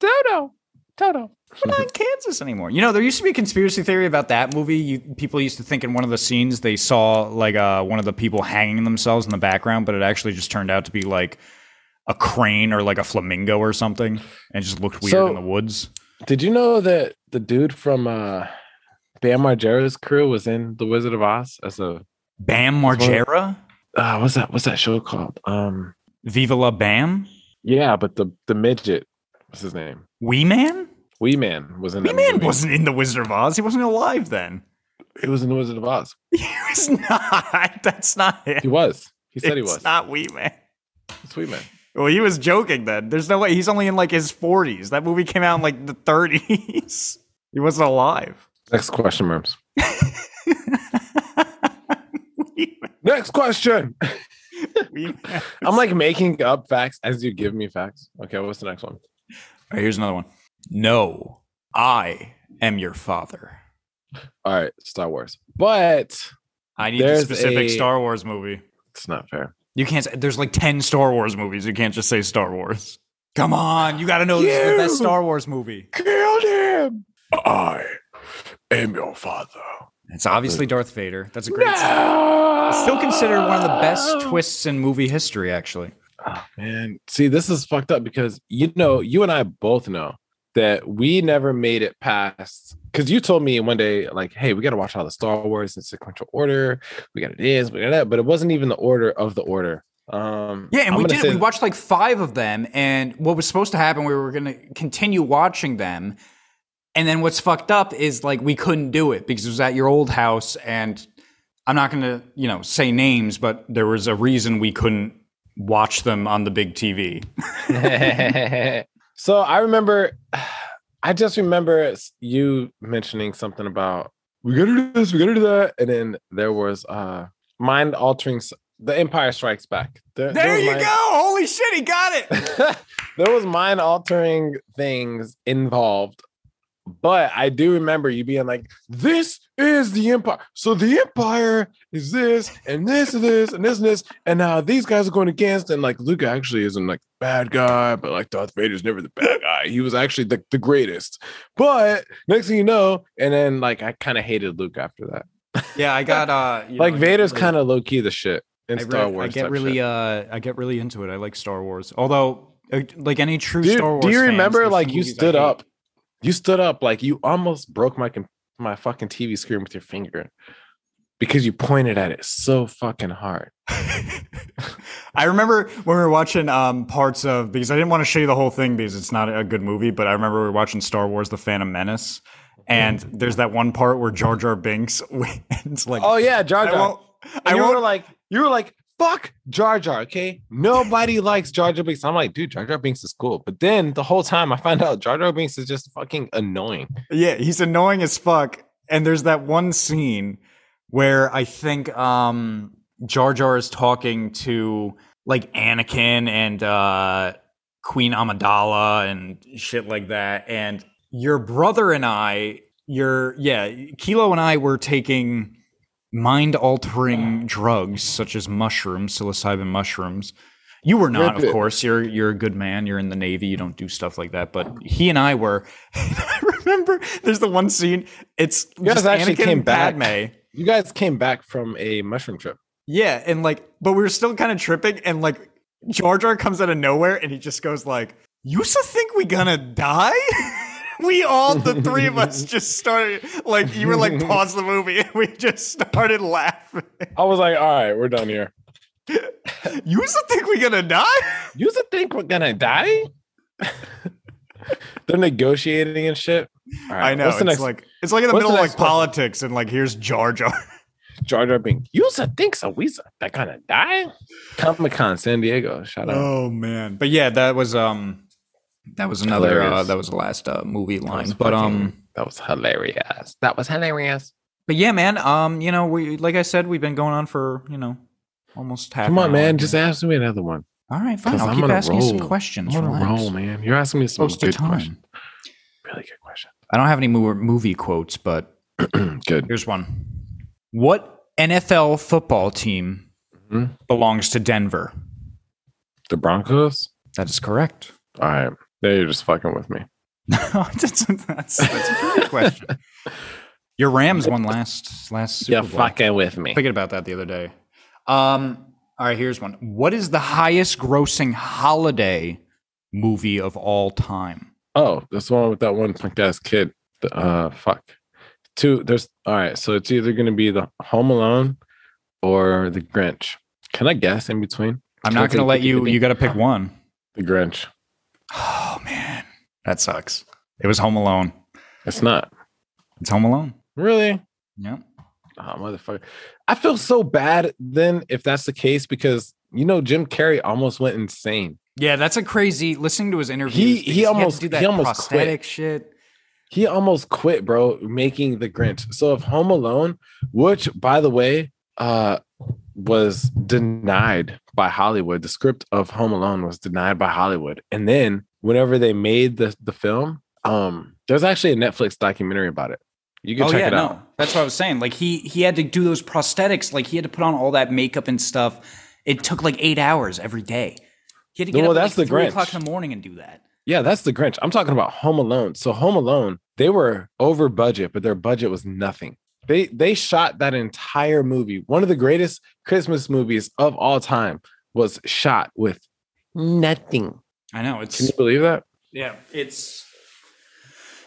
Speaker 6: Toto, Toto.
Speaker 1: We're
Speaker 6: [laughs]
Speaker 1: not in Kansas anymore. You know, there used to be a conspiracy theory about that movie. You, people used to think in one of the scenes they saw like uh, one of the people hanging themselves in the background, but it actually just turned out to be like a crane or like a flamingo or something, and it just looked weird
Speaker 6: So-
Speaker 1: in the woods.
Speaker 6: Did you know that the dude from uh Bam Margera's crew was in The Wizard of Oz as a
Speaker 1: Bam
Speaker 6: That's one of-
Speaker 1: Margera,
Speaker 6: uh what's that what's that show called? Um
Speaker 1: Viva la Bam,
Speaker 6: yeah, but the the midget what's his name?
Speaker 1: Wee Man.
Speaker 6: Wee Man was in
Speaker 1: Wee
Speaker 6: that
Speaker 1: Man
Speaker 6: movie.
Speaker 1: wasn't in the Wizard of Oz. He wasn't alive then. [laughs]
Speaker 6: He was in The Wizard of Oz.
Speaker 1: He was not. That's not him.
Speaker 6: He was. He said he
Speaker 1: It's
Speaker 6: was.
Speaker 1: not Wee Man.
Speaker 6: It's Wee Man.
Speaker 1: Well, he was joking then. There's no way. He's only in like his 40s. That movie came out in like the 30s. He wasn't [laughs] alive.
Speaker 6: Next question, Merms. Next question. [laughs] I'm like making up facts as you give me facts. Okay, what's the next one?
Speaker 1: here's another one. No, I am your father.
Speaker 6: All right, Star Wars. But
Speaker 1: I
Speaker 6: need the There's specific a- Star
Speaker 1: Wars movie.
Speaker 6: it's not fair.
Speaker 1: You can't. Say, there's like 10 Star Wars movies. You can't just say Star Wars. Come on. You got to know this is the best
Speaker 6: You-
Speaker 1: Star Wars movie.
Speaker 6: Killed him. I am your father.
Speaker 1: It's obviously Darth Vader. That's a great.
Speaker 6: No!
Speaker 1: Still considered one of the best twists in movie history, actually.
Speaker 6: Oh, man, see, this is fucked up because you know, you and I both know that we never made it past. Because you told me one day, like, "Hey, we got to watch all the Star Wars in sequential order. We got to this, we got that," but it wasn't even the order of the order. Um,
Speaker 1: Yeah, and
Speaker 6: I'm
Speaker 1: we
Speaker 6: gonna
Speaker 1: did.
Speaker 6: say-
Speaker 1: We watched like five of them, and what was supposed to happen, we were going to continue watching them. And then what's fucked up is like we couldn't do it because it was at your old house, and I'm not going to, you know, say names, but there was a reason we couldn't watch them on the big TV.
Speaker 6: so I remember, [sighs] I just remember s- you mentioning something about we gotta do this, we gotta do that, and then there was uh mind altering. s- The Empire Strikes Back. There, there was mind-
Speaker 1: Holy shit, he got it.
Speaker 6: [laughs] there was mind altering things involved, but I do remember you being like, "This is the Empire." So the Empire is this, and this is this, and this and this, and now these guys are going against, and like Luke actually isn't like the bad guy, but like Darth Vader's never the bad guy. He was actually the, the greatest. But next thing you know, and then like I kind of hated Luke after that.
Speaker 1: [laughs] yeah, I got uh you
Speaker 6: Like
Speaker 1: know,
Speaker 6: Vader's
Speaker 1: really-
Speaker 6: kind of low key the shit in
Speaker 1: I,
Speaker 6: Star
Speaker 1: re-
Speaker 6: Wars.
Speaker 1: I get
Speaker 6: type
Speaker 1: really
Speaker 6: shit.
Speaker 1: uh I get really into it. I like Star Wars. Although uh, like any true
Speaker 6: do you,
Speaker 1: Star Wars
Speaker 6: do you
Speaker 1: fans,
Speaker 6: remember
Speaker 1: there's
Speaker 6: like
Speaker 1: some
Speaker 6: you
Speaker 1: movies I
Speaker 6: stood
Speaker 1: hate.
Speaker 6: up you stood up like you almost broke my com- my fucking tv screen with your finger because you pointed at it so fucking hard
Speaker 1: I remember when we were watching um, parts of because I didn't want to show you the whole thing because it's not a good movie, but I remember we were watching Star Wars: The Phantom Menace, and there's that one part where Jar Jar Binks [laughs] wins like,
Speaker 6: Mm. oh yeah jar
Speaker 1: I
Speaker 6: jar
Speaker 1: won't,
Speaker 6: and
Speaker 1: I
Speaker 6: you were
Speaker 1: won't,
Speaker 6: like you were like fuck jar jar okay nobody likes jar jar binks i'm like dude jar jar binks is cool but then the whole time i find out jar jar binks is just fucking annoying
Speaker 1: yeah, he's annoying as fuck. And there's that one scene where I think um, Jar Jar is talking to like Anakin and uh, Queen Amidala and shit like that. And your brother and I, your yeah, Kilo and I were taking mind altering drugs such as mushrooms, psilocybin mushrooms. You were not,
Speaker 6: Rip
Speaker 1: of
Speaker 6: it.
Speaker 1: course. You're you're a good man. You're in the navy. You don't do stuff like that. But he and I were.
Speaker 7: [laughs]
Speaker 1: I remember there's the one scene. It's
Speaker 6: guys
Speaker 1: just
Speaker 6: actually
Speaker 1: Anakin
Speaker 6: came
Speaker 1: and
Speaker 6: back.
Speaker 1: Padme.
Speaker 6: you guys came back from a mushroom trip
Speaker 1: Yeah, and like, but we were still kind of tripping, and like, Jar Jar comes out of nowhere, and he just goes like, "You used to think we gonna die?"
Speaker 7: [laughs] we all, the three
Speaker 6: [laughs]
Speaker 7: of us, just started like you were like pause the movie, and we just started laughing.
Speaker 6: I was like, all right, we're done here.
Speaker 7: You used to think we gonna die?
Speaker 6: You think we're gonna die? [laughs] They're negotiating and shit. All right,
Speaker 7: I know.
Speaker 6: What's
Speaker 7: It's
Speaker 6: the next?
Speaker 7: like it's like in the
Speaker 6: what's the
Speaker 7: middle of like
Speaker 6: next question?
Speaker 7: politics, and like here's Jar Jar.
Speaker 6: Jar Jar Bing. You think so? We that gonna die? Comic Con San Diego. Shout out.
Speaker 7: Oh man,
Speaker 1: But yeah, that was um that was another uh,
Speaker 6: Hilarious.
Speaker 1: that was the last uh, movie
Speaker 6: That
Speaker 1: line.
Speaker 6: was
Speaker 1: But
Speaker 6: fucking-
Speaker 1: um
Speaker 6: that was hilarious. That was hilarious.
Speaker 1: but yeah, man, um you know, we like I said we've been going on for, you know, almost half
Speaker 6: Come
Speaker 1: an
Speaker 6: on,
Speaker 1: hour
Speaker 6: man.
Speaker 1: here.
Speaker 6: Just ask me another one.
Speaker 1: All right, fine.
Speaker 6: 'cause
Speaker 1: I'll
Speaker 6: I'm
Speaker 1: keep
Speaker 6: on a
Speaker 1: asking you some
Speaker 6: roll.
Speaker 1: questions.
Speaker 6: I'm on a
Speaker 1: relax.
Speaker 6: roll, man. You're asking me some
Speaker 1: Close to
Speaker 6: good questions.
Speaker 1: time.
Speaker 6: Really good question. [clears throat]
Speaker 1: I don't have any mo- movie quotes, but
Speaker 6: good.
Speaker 1: here's one. What NFL football team
Speaker 6: Mhm.
Speaker 1: belongs to Denver?
Speaker 6: The Broncos.
Speaker 1: That is correct.
Speaker 6: All right. Now you're just fucking with me.
Speaker 1: [laughs] that's, that's, that's a good question. Your Rams won last last Super Bowl.
Speaker 6: with me.
Speaker 1: Thinking about that the other day. Um, all right, here's one. What is the highest grossing holiday movie of all time?
Speaker 6: Oh, that's the one with that one punk ass kid. The, uh, fuck. Two. There's all right. So it's either gonna be the Home Alone or the Grinch. Can I guess in between
Speaker 1: I'm not
Speaker 6: Okay,
Speaker 1: going to let
Speaker 6: pick
Speaker 1: you.
Speaker 6: anything.
Speaker 1: You got to pick one.
Speaker 6: the Grinch?
Speaker 1: Oh man, that sucks. It was Home Alone.
Speaker 6: It's not
Speaker 1: It's Home Alone.
Speaker 6: really.
Speaker 1: Yeah.
Speaker 6: Oh, motherfucker. I feel so bad then if that's the case because you know Jim Carrey almost went insane.
Speaker 1: Yeah, that's a crazy. Listening to his interview,
Speaker 6: He- he almost-
Speaker 1: do
Speaker 6: he
Speaker 1: that
Speaker 6: almost quit.
Speaker 1: prosthetic shit.
Speaker 6: He almost quit, bro, making the Grinch. So if Home Alone, which by the way, uh was denied by Hollywood. The script of Home Alone was denied by Hollywood. And then whenever they made the, the film, um, there's actually a Netflix documentary about it. You can
Speaker 1: oh
Speaker 6: check
Speaker 1: yeah,
Speaker 6: it out.
Speaker 1: no, that's what I was saying. Like he he had to do those prosthetics. Like he had to put on all that makeup and stuff. It took like eight hours every day. He had to get
Speaker 6: Well,
Speaker 1: up at,
Speaker 6: that's
Speaker 1: like,
Speaker 6: the
Speaker 1: three
Speaker 6: Grinch.
Speaker 1: o'clock in the morning and do that.
Speaker 6: Yeah, that's the Grinch. I'm talking about Home Alone. So Home Alone, they were over budget, but their budget was nothing. They they shot that entire movie. One of the greatest Christmas movies of all time was shot with nothing.
Speaker 1: I know
Speaker 6: Can
Speaker 1: it's
Speaker 6: you believe that?
Speaker 1: yeah, it's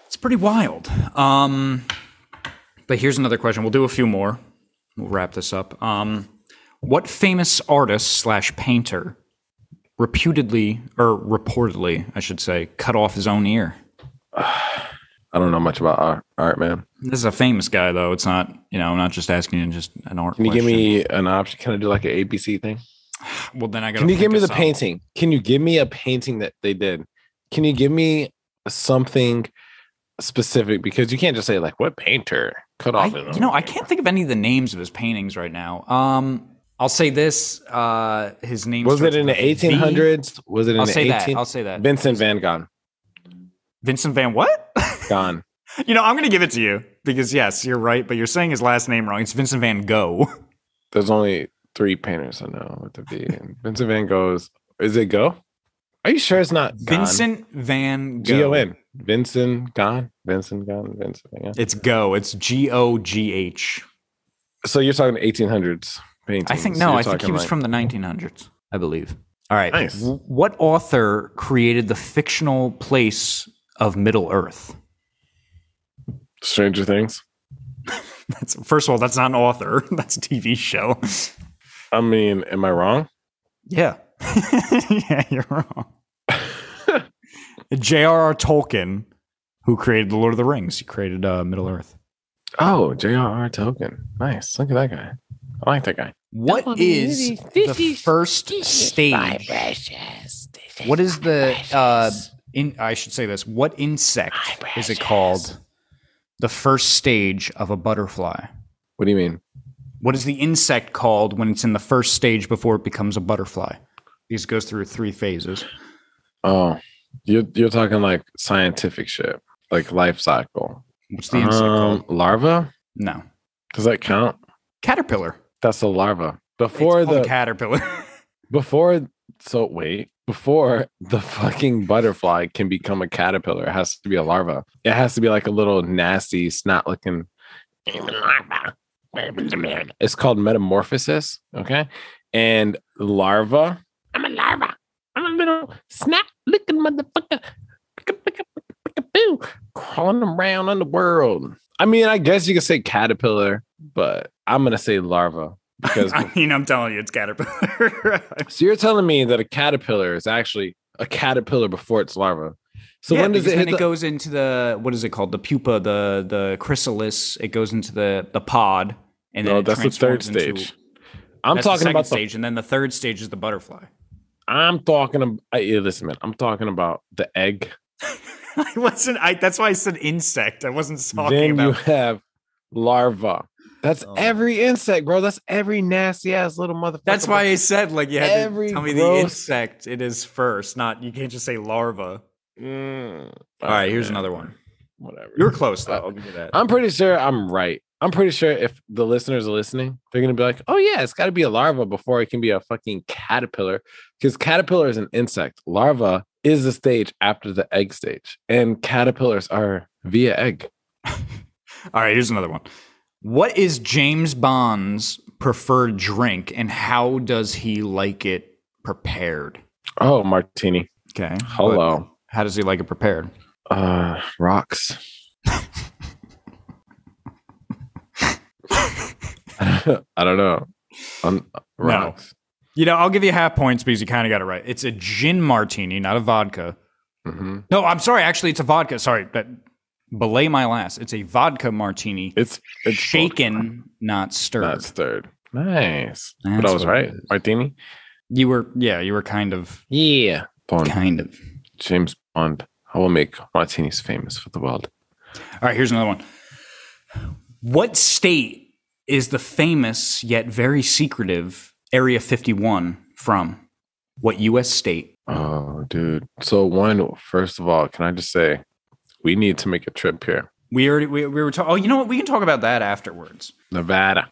Speaker 1: it's pretty wild. Um, but here's another question. We'll do a few more. We'll wrap this up. Um, what famous artist slash painter reputedly or reportedly, I should say, cut off his own ear?
Speaker 6: [sighs] I don't know much about art, art man.
Speaker 1: This is a famous guy, though. It's not, you know, I'm not just asking you just an art.
Speaker 6: Can you give
Speaker 1: question.
Speaker 6: me an option? Can I do like an ABC thing?
Speaker 1: Well, then I got.
Speaker 6: Can you give me the painting? Can you give me a painting that they did? Can you give me something specific? Because you can't just say like what painter cut
Speaker 1: I,
Speaker 6: off. his
Speaker 1: you know,
Speaker 6: own
Speaker 1: I
Speaker 6: ear?
Speaker 1: can't think of any of the names of his paintings right now. Um, I'll say this. Uh, his name
Speaker 6: Was it
Speaker 1: starts
Speaker 6: in the
Speaker 1: with a V.
Speaker 6: 1800s? Was it in
Speaker 1: I'll
Speaker 6: the
Speaker 1: say that.
Speaker 6: 18?
Speaker 1: I'll say that.
Speaker 6: Vincent Van Gogh.
Speaker 7: Vincent Van what? [laughs]
Speaker 6: Gone.
Speaker 7: you know, I'm gonna give it to you because yes, you're right, but you're saying his last name wrong. It's Vincent Van Gogh.
Speaker 6: There's only three painters I know with the V. And Vincent Van Gogh's. Is it Go? Are you sure it's not Gone?
Speaker 1: Vincent Van Gogh.
Speaker 6: G O N? Vincent Gone. Vincent Gone. Vincent Van Gogh.
Speaker 7: It's Go. It's G O G H.
Speaker 6: So you're talking 1800s paintings.
Speaker 1: I think no.
Speaker 6: You're
Speaker 1: I think he
Speaker 6: talking
Speaker 1: was
Speaker 6: like-
Speaker 1: from the 1900s. I believe. All right.
Speaker 6: Nice.
Speaker 1: W- What author created the fictional place of Middle Earth?
Speaker 6: Stranger Things.
Speaker 7: [laughs] That's first of all, that's not an author. [laughs] That's a TV show.
Speaker 6: I mean, am I wrong? [laughs]
Speaker 7: Yeah. [laughs] yeah, you're wrong. J.R.R. Tolkien, who created The Lord of the Rings, he created uh, Middle Earth.
Speaker 6: Oh, J.R.R. Tolkien. Nice. Look at that guy. I like that guy.
Speaker 1: What is the first stage? What is the uh in I should say this, what insect is it called? The first stage of a butterfly.
Speaker 6: What do you mean?
Speaker 1: What is the insect called when it's in the first stage before it becomes a butterfly? These goes through three phases.
Speaker 6: Oh, you're you're talking like scientific shit, like life cycle.
Speaker 1: What's the insect
Speaker 6: Um,
Speaker 1: called?
Speaker 6: larva?
Speaker 1: No.
Speaker 6: Does that count?
Speaker 1: Caterpillar.
Speaker 6: That's a larva.
Speaker 7: It's
Speaker 6: Before
Speaker 7: called
Speaker 6: the
Speaker 7: caterpillar.
Speaker 1: [laughs]
Speaker 6: before so wait before the fucking butterfly can become a caterpillar, it has to be a larva. It has to be like a little nasty snot looking. It's called metamorphosis. Okay, and larva. I'm a larva. I'm a little snot looking motherfucker. Boo. crawling around on the world. I mean, I guess you could say caterpillar, but I'm gonna say larva because
Speaker 1: [laughs]
Speaker 7: I mean, I'm telling you, it's caterpillar.
Speaker 6: so you're telling me that a caterpillar is actually a caterpillar before it's larva. So
Speaker 1: yeah,
Speaker 6: when does
Speaker 1: because
Speaker 6: it
Speaker 1: then
Speaker 6: hit
Speaker 1: it
Speaker 6: the-
Speaker 1: goes into the what is it called? The pupa, the the chrysalis. It goes into the the pod, and then
Speaker 6: No,
Speaker 1: it
Speaker 6: Oh, that's the third
Speaker 1: transforms into-
Speaker 6: stage. I'm
Speaker 1: that's the
Speaker 6: talking
Speaker 1: second
Speaker 6: about the
Speaker 1: stage, and then the third stage is the butterfly. [laughs]
Speaker 6: I'm talking about. listen, man. I'm talking about the egg.
Speaker 7: I wasn't. I, that's why I said insect. I wasn't talking
Speaker 6: Then you
Speaker 7: about.
Speaker 6: have larva. That's
Speaker 1: Oh.
Speaker 6: every insect, bro. That's every nasty ass little motherfucker.
Speaker 1: [laughs] That's why I said like you had
Speaker 6: Every
Speaker 1: to tell me the
Speaker 6: gross-
Speaker 1: insect it is first, not you can't just say larva.
Speaker 6: Mm.
Speaker 1: All right, here's
Speaker 6: man.
Speaker 1: another one.
Speaker 6: Whatever.
Speaker 1: You're close though.
Speaker 6: Uh,
Speaker 1: I'll give you that.
Speaker 6: I'm pretty sure I'm right. I'm pretty sure if the listeners are listening, they're gonna be like, "Oh yeah, it's got to be a larva before it can be a fucking caterpillar," because caterpillar is an insect. Larva is the stage after the egg stage, and caterpillars are via egg.
Speaker 1: All right, here's another one. What is James Bond's preferred drink, and how does he like it prepared?
Speaker 6: Oh, martini.
Speaker 1: Okay. but
Speaker 6: Hello.
Speaker 1: How does he like it prepared?
Speaker 6: Uh, rocks. [laughs] I don't know. Um, rocks.
Speaker 1: You know, I'll give you half points because you kind of got it right. It's a gin martini, not a vodka.
Speaker 6: hmm
Speaker 1: No, I'm sorry. Actually, it's a vodka. Sorry, but belay my last. It's a vodka martini.
Speaker 6: It's it's
Speaker 1: shaken, not stirred.
Speaker 6: That's third. Nice. but
Speaker 1: That's
Speaker 6: I was
Speaker 1: what it
Speaker 6: right.
Speaker 1: is.
Speaker 6: Martini.
Speaker 1: You were, yeah, you were kind of,
Speaker 6: Yeah. Bond.
Speaker 1: kind of.
Speaker 6: James Bond. I will make martinis famous for the world.
Speaker 1: All right, here's another one. What state is the famous yet very secretive Area 51 from? What U.S. state?
Speaker 6: Oh, dude. So one, first of all, can I just say we need to make a trip here.
Speaker 1: We already we, we were talking. Oh, you know what? We can talk about that afterwards.
Speaker 6: Nevada.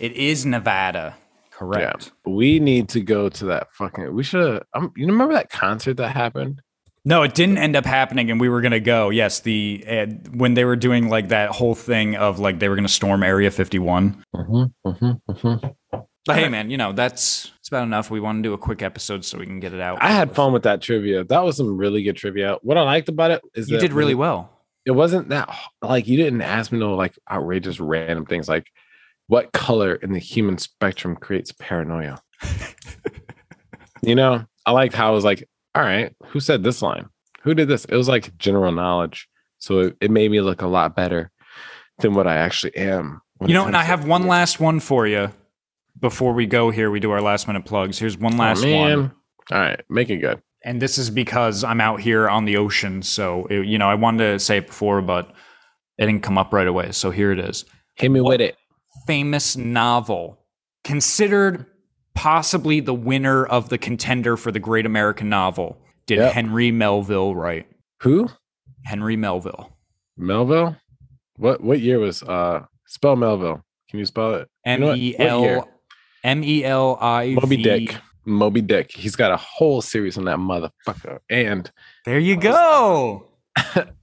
Speaker 1: It is Nevada, correct?
Speaker 6: We need to go to that fucking we should um you remember that concert that happened?
Speaker 1: No, it didn't end up happening, and we were gonna go. Yes, the uh, when they were doing like that whole thing of like they were gonna storm Area 51.
Speaker 6: Mm-hmm, mm-hmm, mm-hmm.
Speaker 1: But hey, man, you know that's it's about enough. We want to do a quick episode so we can get it out.
Speaker 6: I had fun with that trivia. That was some really good trivia. What I liked about it is
Speaker 1: You
Speaker 6: that
Speaker 1: did
Speaker 6: when-
Speaker 1: really well.
Speaker 6: it wasn't that h- like you didn't ask me no like outrageous random things like what color in the human spectrum creates paranoia you know i liked how it was like all right who said this line who did this it was like general knowledge so it, it made me look a lot better than what i actually am when
Speaker 1: You
Speaker 6: it
Speaker 1: know, and I
Speaker 6: comes to-
Speaker 1: have one last one for you before we go here. We do our last minute plugs. Here's one last
Speaker 6: oh,
Speaker 1: one.
Speaker 6: all right make it good
Speaker 1: And this is because I'm out here on the ocean. So, it, you know, I wanted to say it before, but it didn't come up right away. So here it is.
Speaker 6: hit me
Speaker 1: What-
Speaker 6: with it
Speaker 1: Famous novel considered possibly the winner of the contender for the great American novel. Did
Speaker 6: Yep.
Speaker 1: Henry Melville write?
Speaker 6: who
Speaker 1: Henry Melville.
Speaker 6: melville what what year was uh spell melville can you spell it You
Speaker 1: M
Speaker 6: know what-
Speaker 1: E
Speaker 6: what year?
Speaker 1: L M E L I V.
Speaker 6: Moby Dick. Moby Dick. He's got a whole series on that motherfucker. And
Speaker 1: There you go.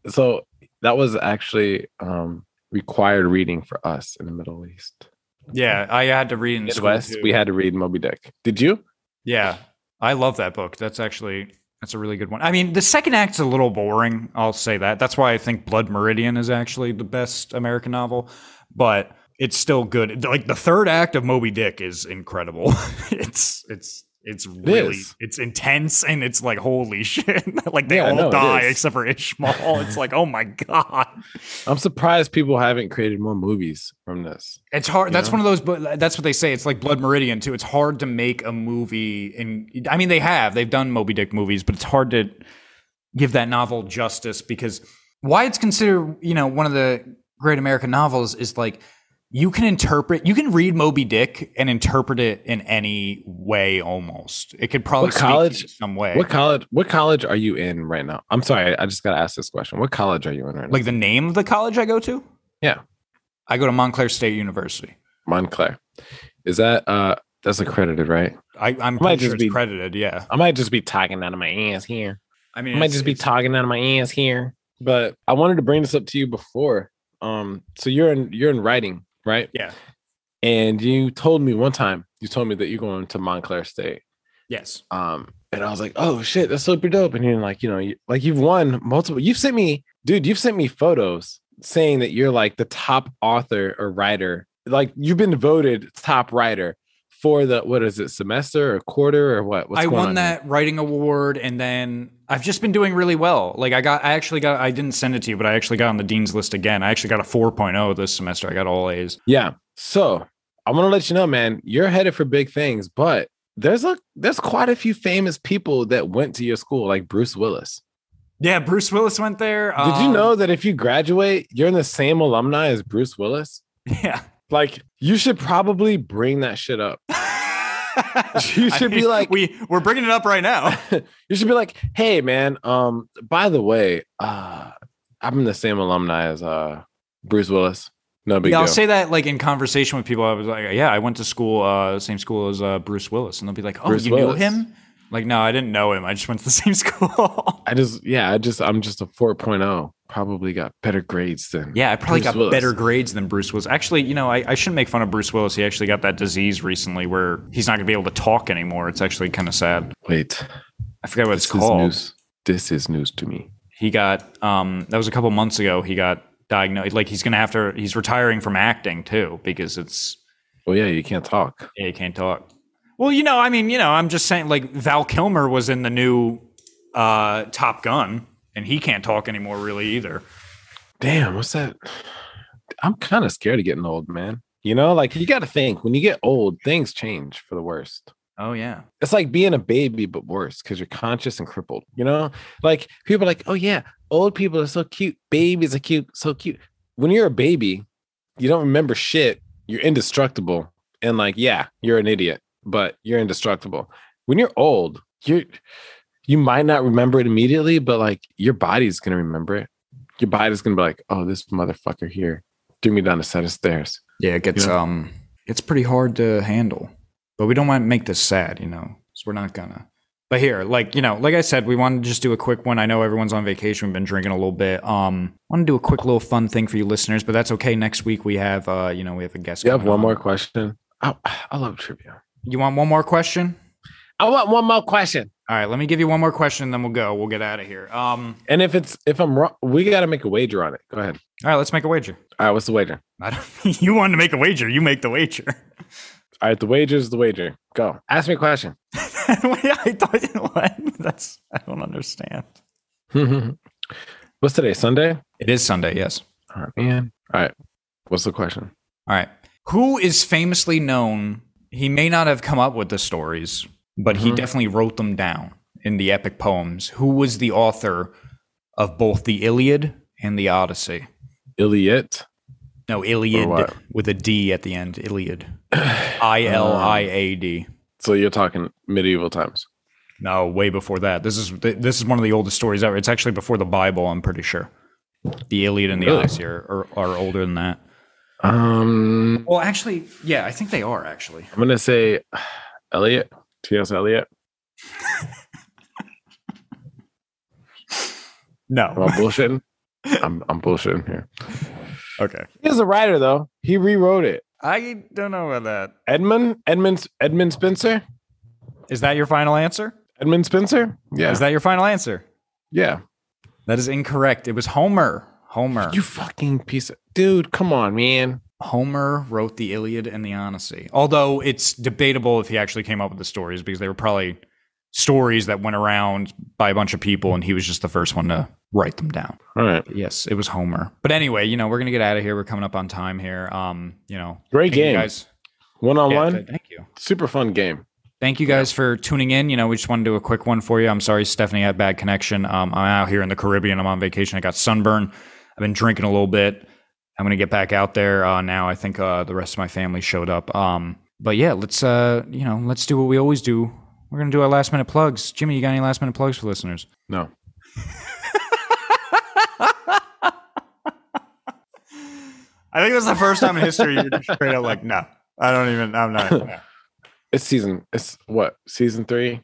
Speaker 6: so that was actually um, required reading for us in the Middle East.
Speaker 1: Yeah, I had to read in school,
Speaker 6: Midwest,
Speaker 1: too.
Speaker 6: we had to read Moby Dick. Did you?
Speaker 1: Yeah, I love that book. That's actually that's a really good one. I mean, the second act's a little boring. I'll say that. That's why I think Blood Meridian is actually the best American novel, but it's still good. Like the third act of Moby Dick is incredible. [laughs] it's it's it's really
Speaker 6: is.
Speaker 1: it's intense and it's like holy [laughs] shit. like they
Speaker 6: Yeah,
Speaker 1: all
Speaker 6: no, it
Speaker 1: die
Speaker 6: is.
Speaker 1: except for Ishmael. it's like oh my god.
Speaker 6: I'm surprised people haven't created more movies from this.
Speaker 1: It's hard.
Speaker 6: You
Speaker 1: that's one
Speaker 6: know?
Speaker 1: of those. But that's what they say. It's like Blood Meridian too. It's hard to make a movie. And I mean, they have. They've done Moby Dick movies, but it's hard to give that novel justice because why it's considered, you know, one of the great American novels is like you can interpret. You can read Moby Dick and interpret it in any way. Almost, it could probably
Speaker 6: What
Speaker 1: speak to you
Speaker 6: college-
Speaker 1: in some way.
Speaker 6: What college? What college are you in right now? I'm sorry, I just gotta ask this question. What college are you in right now?
Speaker 1: like the name of the college I go to.
Speaker 6: Yeah.
Speaker 1: I go to Montclair State University.
Speaker 6: Montclair. Is that uh that's accredited, right?
Speaker 1: I, I'm
Speaker 6: Might
Speaker 1: pretty
Speaker 6: just
Speaker 1: sure it's
Speaker 6: be-
Speaker 1: credited. Yeah.
Speaker 6: I might just be talking out of my ass here.
Speaker 1: I mean,
Speaker 6: I might
Speaker 1: it's-
Speaker 6: just be
Speaker 1: it's-
Speaker 6: talking out of my ass here. But I wanted to bring this up to you before. Um, so you're in you're in writing, right?
Speaker 1: Yeah.
Speaker 6: And you told me one time, you told me that you're going to Montclair State.
Speaker 1: Yes.
Speaker 6: Um, and I was like, oh shit, that's super dope. And you're like, you know, you, like you've won multiple. You've sent me, dude, you've sent me photos saying that you're like the top author or writer. Like you've been voted top writer for the what is it, semester or quarter or what? What's
Speaker 1: I
Speaker 6: going
Speaker 1: won
Speaker 6: on here?
Speaker 1: that writing award, and then I've just been doing really well. Like I got, I actually got, I didn't send it to you, but I actually got on the dean's list again. I actually got a 4.0 this semester. I got all A's.
Speaker 6: Yeah. So I'm gonna let you know, man. You're headed for big things, but there's a there's quite a few famous people that went to your school, like Bruce Willis.
Speaker 1: Yeah, Bruce Willis went there.
Speaker 6: Did
Speaker 7: Um,
Speaker 6: you
Speaker 7: [laughs]
Speaker 1: Um,
Speaker 6: know that if you graduate, you're in the same alumni as Bruce Willis?
Speaker 1: Yeah.
Speaker 6: Like, you should probably bring that
Speaker 1: [laughs]
Speaker 6: shit up. [laughs] You
Speaker 7: [laughs]
Speaker 6: should be like- [laughs]
Speaker 7: we we're bringing it up right now.
Speaker 6: you should be like, hey man, um, by the way, uh I'm in the same alumni as uh Bruce Willis. No big
Speaker 1: yeah, I'll
Speaker 6: deal.
Speaker 1: say that like in conversation with people. I was like, yeah, I went to school, uh, same school as uh, Bruce Willis, and they'll be like, oh,
Speaker 6: Bruce
Speaker 1: you
Speaker 6: Willis.
Speaker 1: knew him? Like, no, I didn't know him. I just went to the [laughs] same school.
Speaker 6: I just yeah, I just I'm just a 4.0. Probably got better grades than
Speaker 1: yeah, I probably
Speaker 6: Bruce
Speaker 1: got
Speaker 6: Willis.
Speaker 1: better grades than Bruce Willis. Actually, you know, I, I shouldn't make fun of Bruce Willis. He actually got that disease recently where he's not going to be able to talk anymore. It's actually kind of sad.
Speaker 6: wait.
Speaker 1: I forgot what it's
Speaker 6: this
Speaker 1: called.
Speaker 6: Is news. This is news to me.
Speaker 1: he got um that was a couple months ago he got diagnosed like he's gonna have to he's retiring from acting too because it's
Speaker 6: Well, Oh, yeah, you can't talk.
Speaker 1: yeah, he can't talk well you know i mean you know i'm just saying like val kilmer was in the new uh top gun and he can't talk anymore really either
Speaker 6: Damn, what's that? I'm kind of scared of getting old, man. You know, like you got to think when you get old, things change for the worst.
Speaker 1: oh yeah
Speaker 6: It's like being a baby, but worse because you're conscious and crippled. You know, like people are like, oh, yeah, old people are so cute. Babies are cute, so cute. When you're a baby, you don't remember shit. You're indestructible. And like, yeah, you're an idiot, but you're indestructible. When you're old, you're, you might not remember it immediately, but like your body's going to remember it. Your body's going to be like, oh, this motherfucker here threw me down a set of stairs.
Speaker 1: yeah it gets um it's pretty hard to handle but we don't want to make this sad you know so we're not gonna but here like you know like i said we want to just do a quick one i know everyone's on vacation we've been drinking a little bit um want to do a quick little fun thing for you listeners but that's okay next week we have uh you know we have a guest
Speaker 6: You have
Speaker 1: coming
Speaker 6: one
Speaker 1: on.
Speaker 6: more question. I, I love trivia.
Speaker 1: you want one more question
Speaker 6: I want one more question.
Speaker 1: all right let me give you one more question then we'll go we'll get out of here um
Speaker 6: And if it's if I'm wrong, we got to make a wager on it. Go ahead.
Speaker 1: all right let's make a wager [laughs]
Speaker 6: All right, what's the wager?
Speaker 1: I don't, you wanted to make a wager you make the wager [laughs]
Speaker 6: All right, the wager is the wager. Go. Ask me a question. [laughs]
Speaker 1: Wait, i thought [laughs] what? that's i don't understand
Speaker 6: what's today? Sunday.
Speaker 1: it is sunday yes
Speaker 6: All right, man. All right. What's the question?
Speaker 1: All right. Who is famously known? He may not have come up with the stories, but he
Speaker 6: Mhm.
Speaker 1: definitely wrote them down in the epic poems. Who was the author of both the Iliad and the Odyssey?
Speaker 6: Iliad.
Speaker 1: No, Iliad
Speaker 6: what?
Speaker 1: with a D at the end. [sighs] Iliad. I L I A D.
Speaker 6: So you're talking medieval times.
Speaker 1: No, way before that. This is th- this is one of the oldest stories ever. It's actually before the Bible, I'm pretty sure. The Iliad and the
Speaker 6: Really?
Speaker 1: Odyssey are, are, are older than that.
Speaker 6: Um,
Speaker 1: Well, actually, yeah, I think they are actually.
Speaker 6: I'm gonna say Eliot. T.S. Eliot.
Speaker 1: No.
Speaker 6: Am I [laughs] bullshitting? I'm I'm bullshitting here.
Speaker 1: okay.
Speaker 6: He was a writer though. He rewrote it.
Speaker 1: I don't know about that.
Speaker 6: Edmund Edmund Edmund Spencer.
Speaker 1: Is that your final answer?
Speaker 6: Edmund Spencer. Yeah.
Speaker 1: Is that your final answer?
Speaker 6: yeah.
Speaker 1: That is incorrect. It was Homer. Homer.
Speaker 6: You fucking piece of dude. Come on, man.
Speaker 1: Homer wrote the Iliad and the Odyssey. Although it's debatable if he actually came up with the stories because they were probably stories that went around by a bunch of people and he was just the first one to write them down.
Speaker 6: All right.
Speaker 1: Yes, it was Homer. But anyway, you know, we're going to get out of here. We're coming up on time here. Um, you know,
Speaker 6: Great
Speaker 1: thank you
Speaker 6: game.
Speaker 1: guys.
Speaker 6: One on
Speaker 1: Yeah,
Speaker 6: one.
Speaker 1: thank you.
Speaker 6: Super fun game.
Speaker 1: Thank you guys for tuning in. You know, we just want to do a quick one for you. I'm sorry, Stephanie had bad connection. Um, I'm out here in the Caribbean. I'm on vacation. I got sunburn. I've been drinking a little bit. I'm gonna get back out there uh, now. I think uh, the rest of my family showed up. Um, but yeah, let's uh, you know, let's do what we always do. We're gonna do our last minute plugs. Jimmy, you got any last minute plugs for listeners?
Speaker 6: No.
Speaker 7: I think that's the first time in history you're just straight out like, no, I don't even. I'm not. no."
Speaker 6: It's season. It's what season three,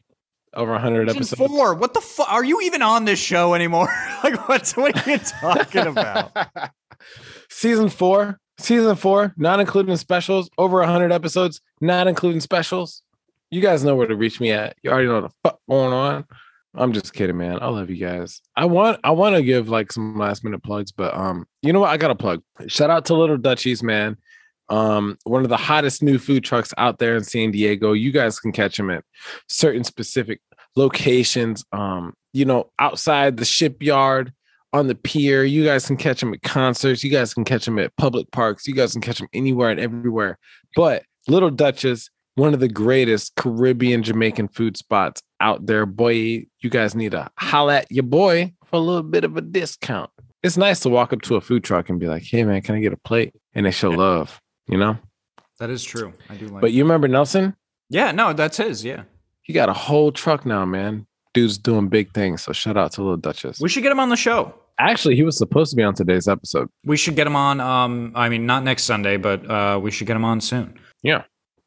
Speaker 6: over hundred
Speaker 7: Season
Speaker 6: episodes.
Speaker 7: four. What the fuck? Are you even on this show anymore? [laughs] like, what's
Speaker 1: [laughs]
Speaker 7: what are you talking about?
Speaker 6: [laughs] season four. Season four, not including specials. Over hundred episodes, not including specials. You guys know where to reach me at. You already know what the fuck going on. I'm just kidding, man. I love you guys. I want I want to give like some last minute plugs, but um, you know what? I got to plug. Shout out to Little Dutchies, man. Um, one of the hottest new food trucks out there in San Diego. You guys can catch them at certain specific locations. Um, you know, outside the shipyard, on the pier. You guys can catch them at concerts. You guys can catch them at public parks. You guys can catch them anywhere and everywhere. But Little Duchess, one of the greatest Caribbean Jamaican food spots out there, boy. You guys need to holla at your boy for a little bit of a discount. It's nice to walk up to a food truck and be like, "Hey, man, can I get a plate?" And they show love, you know.
Speaker 1: That is true. I do like.
Speaker 6: But you remember Nelson?
Speaker 1: yeah, no, that's his. Yeah,
Speaker 6: He got a whole truck now, man. Dude's doing big things. So shout out to Little Duchess.
Speaker 1: we should get him on the show.
Speaker 6: Actually, he was supposed to be on today's episode.
Speaker 1: We should get him on. Um, I mean, not next Sunday, but uh, we should get him on soon.
Speaker 6: Yeah.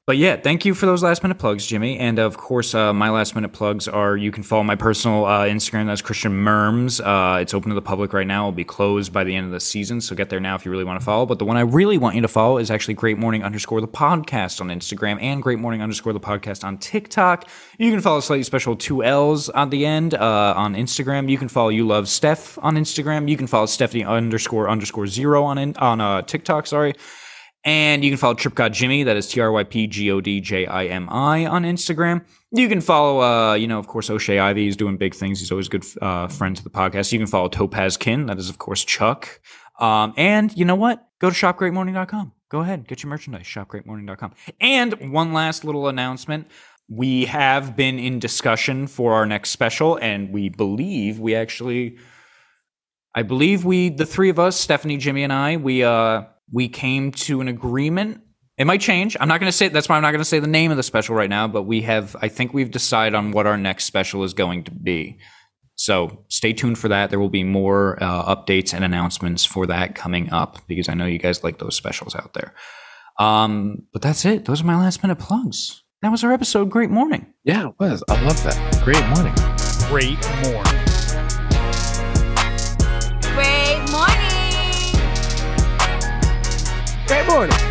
Speaker 1: But yeah, thank you for those last minute plugs, Jimmy. And of course, uh, my last minute plugs are you can follow my personal uh, Instagram. That's Christian Merms. Uh, it's open to the public right now. It'll be closed by the end of the season. So get there now if you really want to follow. But the one I really want you to follow is actually Great Morning underscore the podcast on Instagram and Great Morning underscore the podcast on TikTok. You can follow Slightly Special two L's on the end uh, on Instagram. You can follow You Love Steph on Instagram. You can follow Stephanie underscore underscore zero on, in, on uh, TikTok. Sorry. And you can follow Trip God Jimmy, that is T R Y P G O D J I M I on Instagram. You can follow, uh, you know, of course, O'Shea Ivy. He's doing big things. He's always a good uh, friend to the podcast. You can follow Topaz Kin, that is, of course, Chuck. Um, and you know what? Go to shopgreatmorning.com. Go ahead, get your merchandise, shopgreatmorning.com. And one last little announcement. We have been in discussion for our next special, and we believe we actually I believe we, the three of us, Stephanie, Jimmy, and I, we uh we came to an agreement. It might change. I'm not going to say that's why I'm not going to say the name of the special right now. But we have, I think we've decided on what our next special is going to be. So stay tuned for that. There will be more uh, updates and announcements for that coming up because I know you guys like those specials out there. Um, but that's it. Those are my last minute plugs. That was our episode. Great morning.
Speaker 6: Yeah, it was. I love that. Great morning.
Speaker 7: Great morning.
Speaker 2: Great morning.
Speaker 6: Great morning.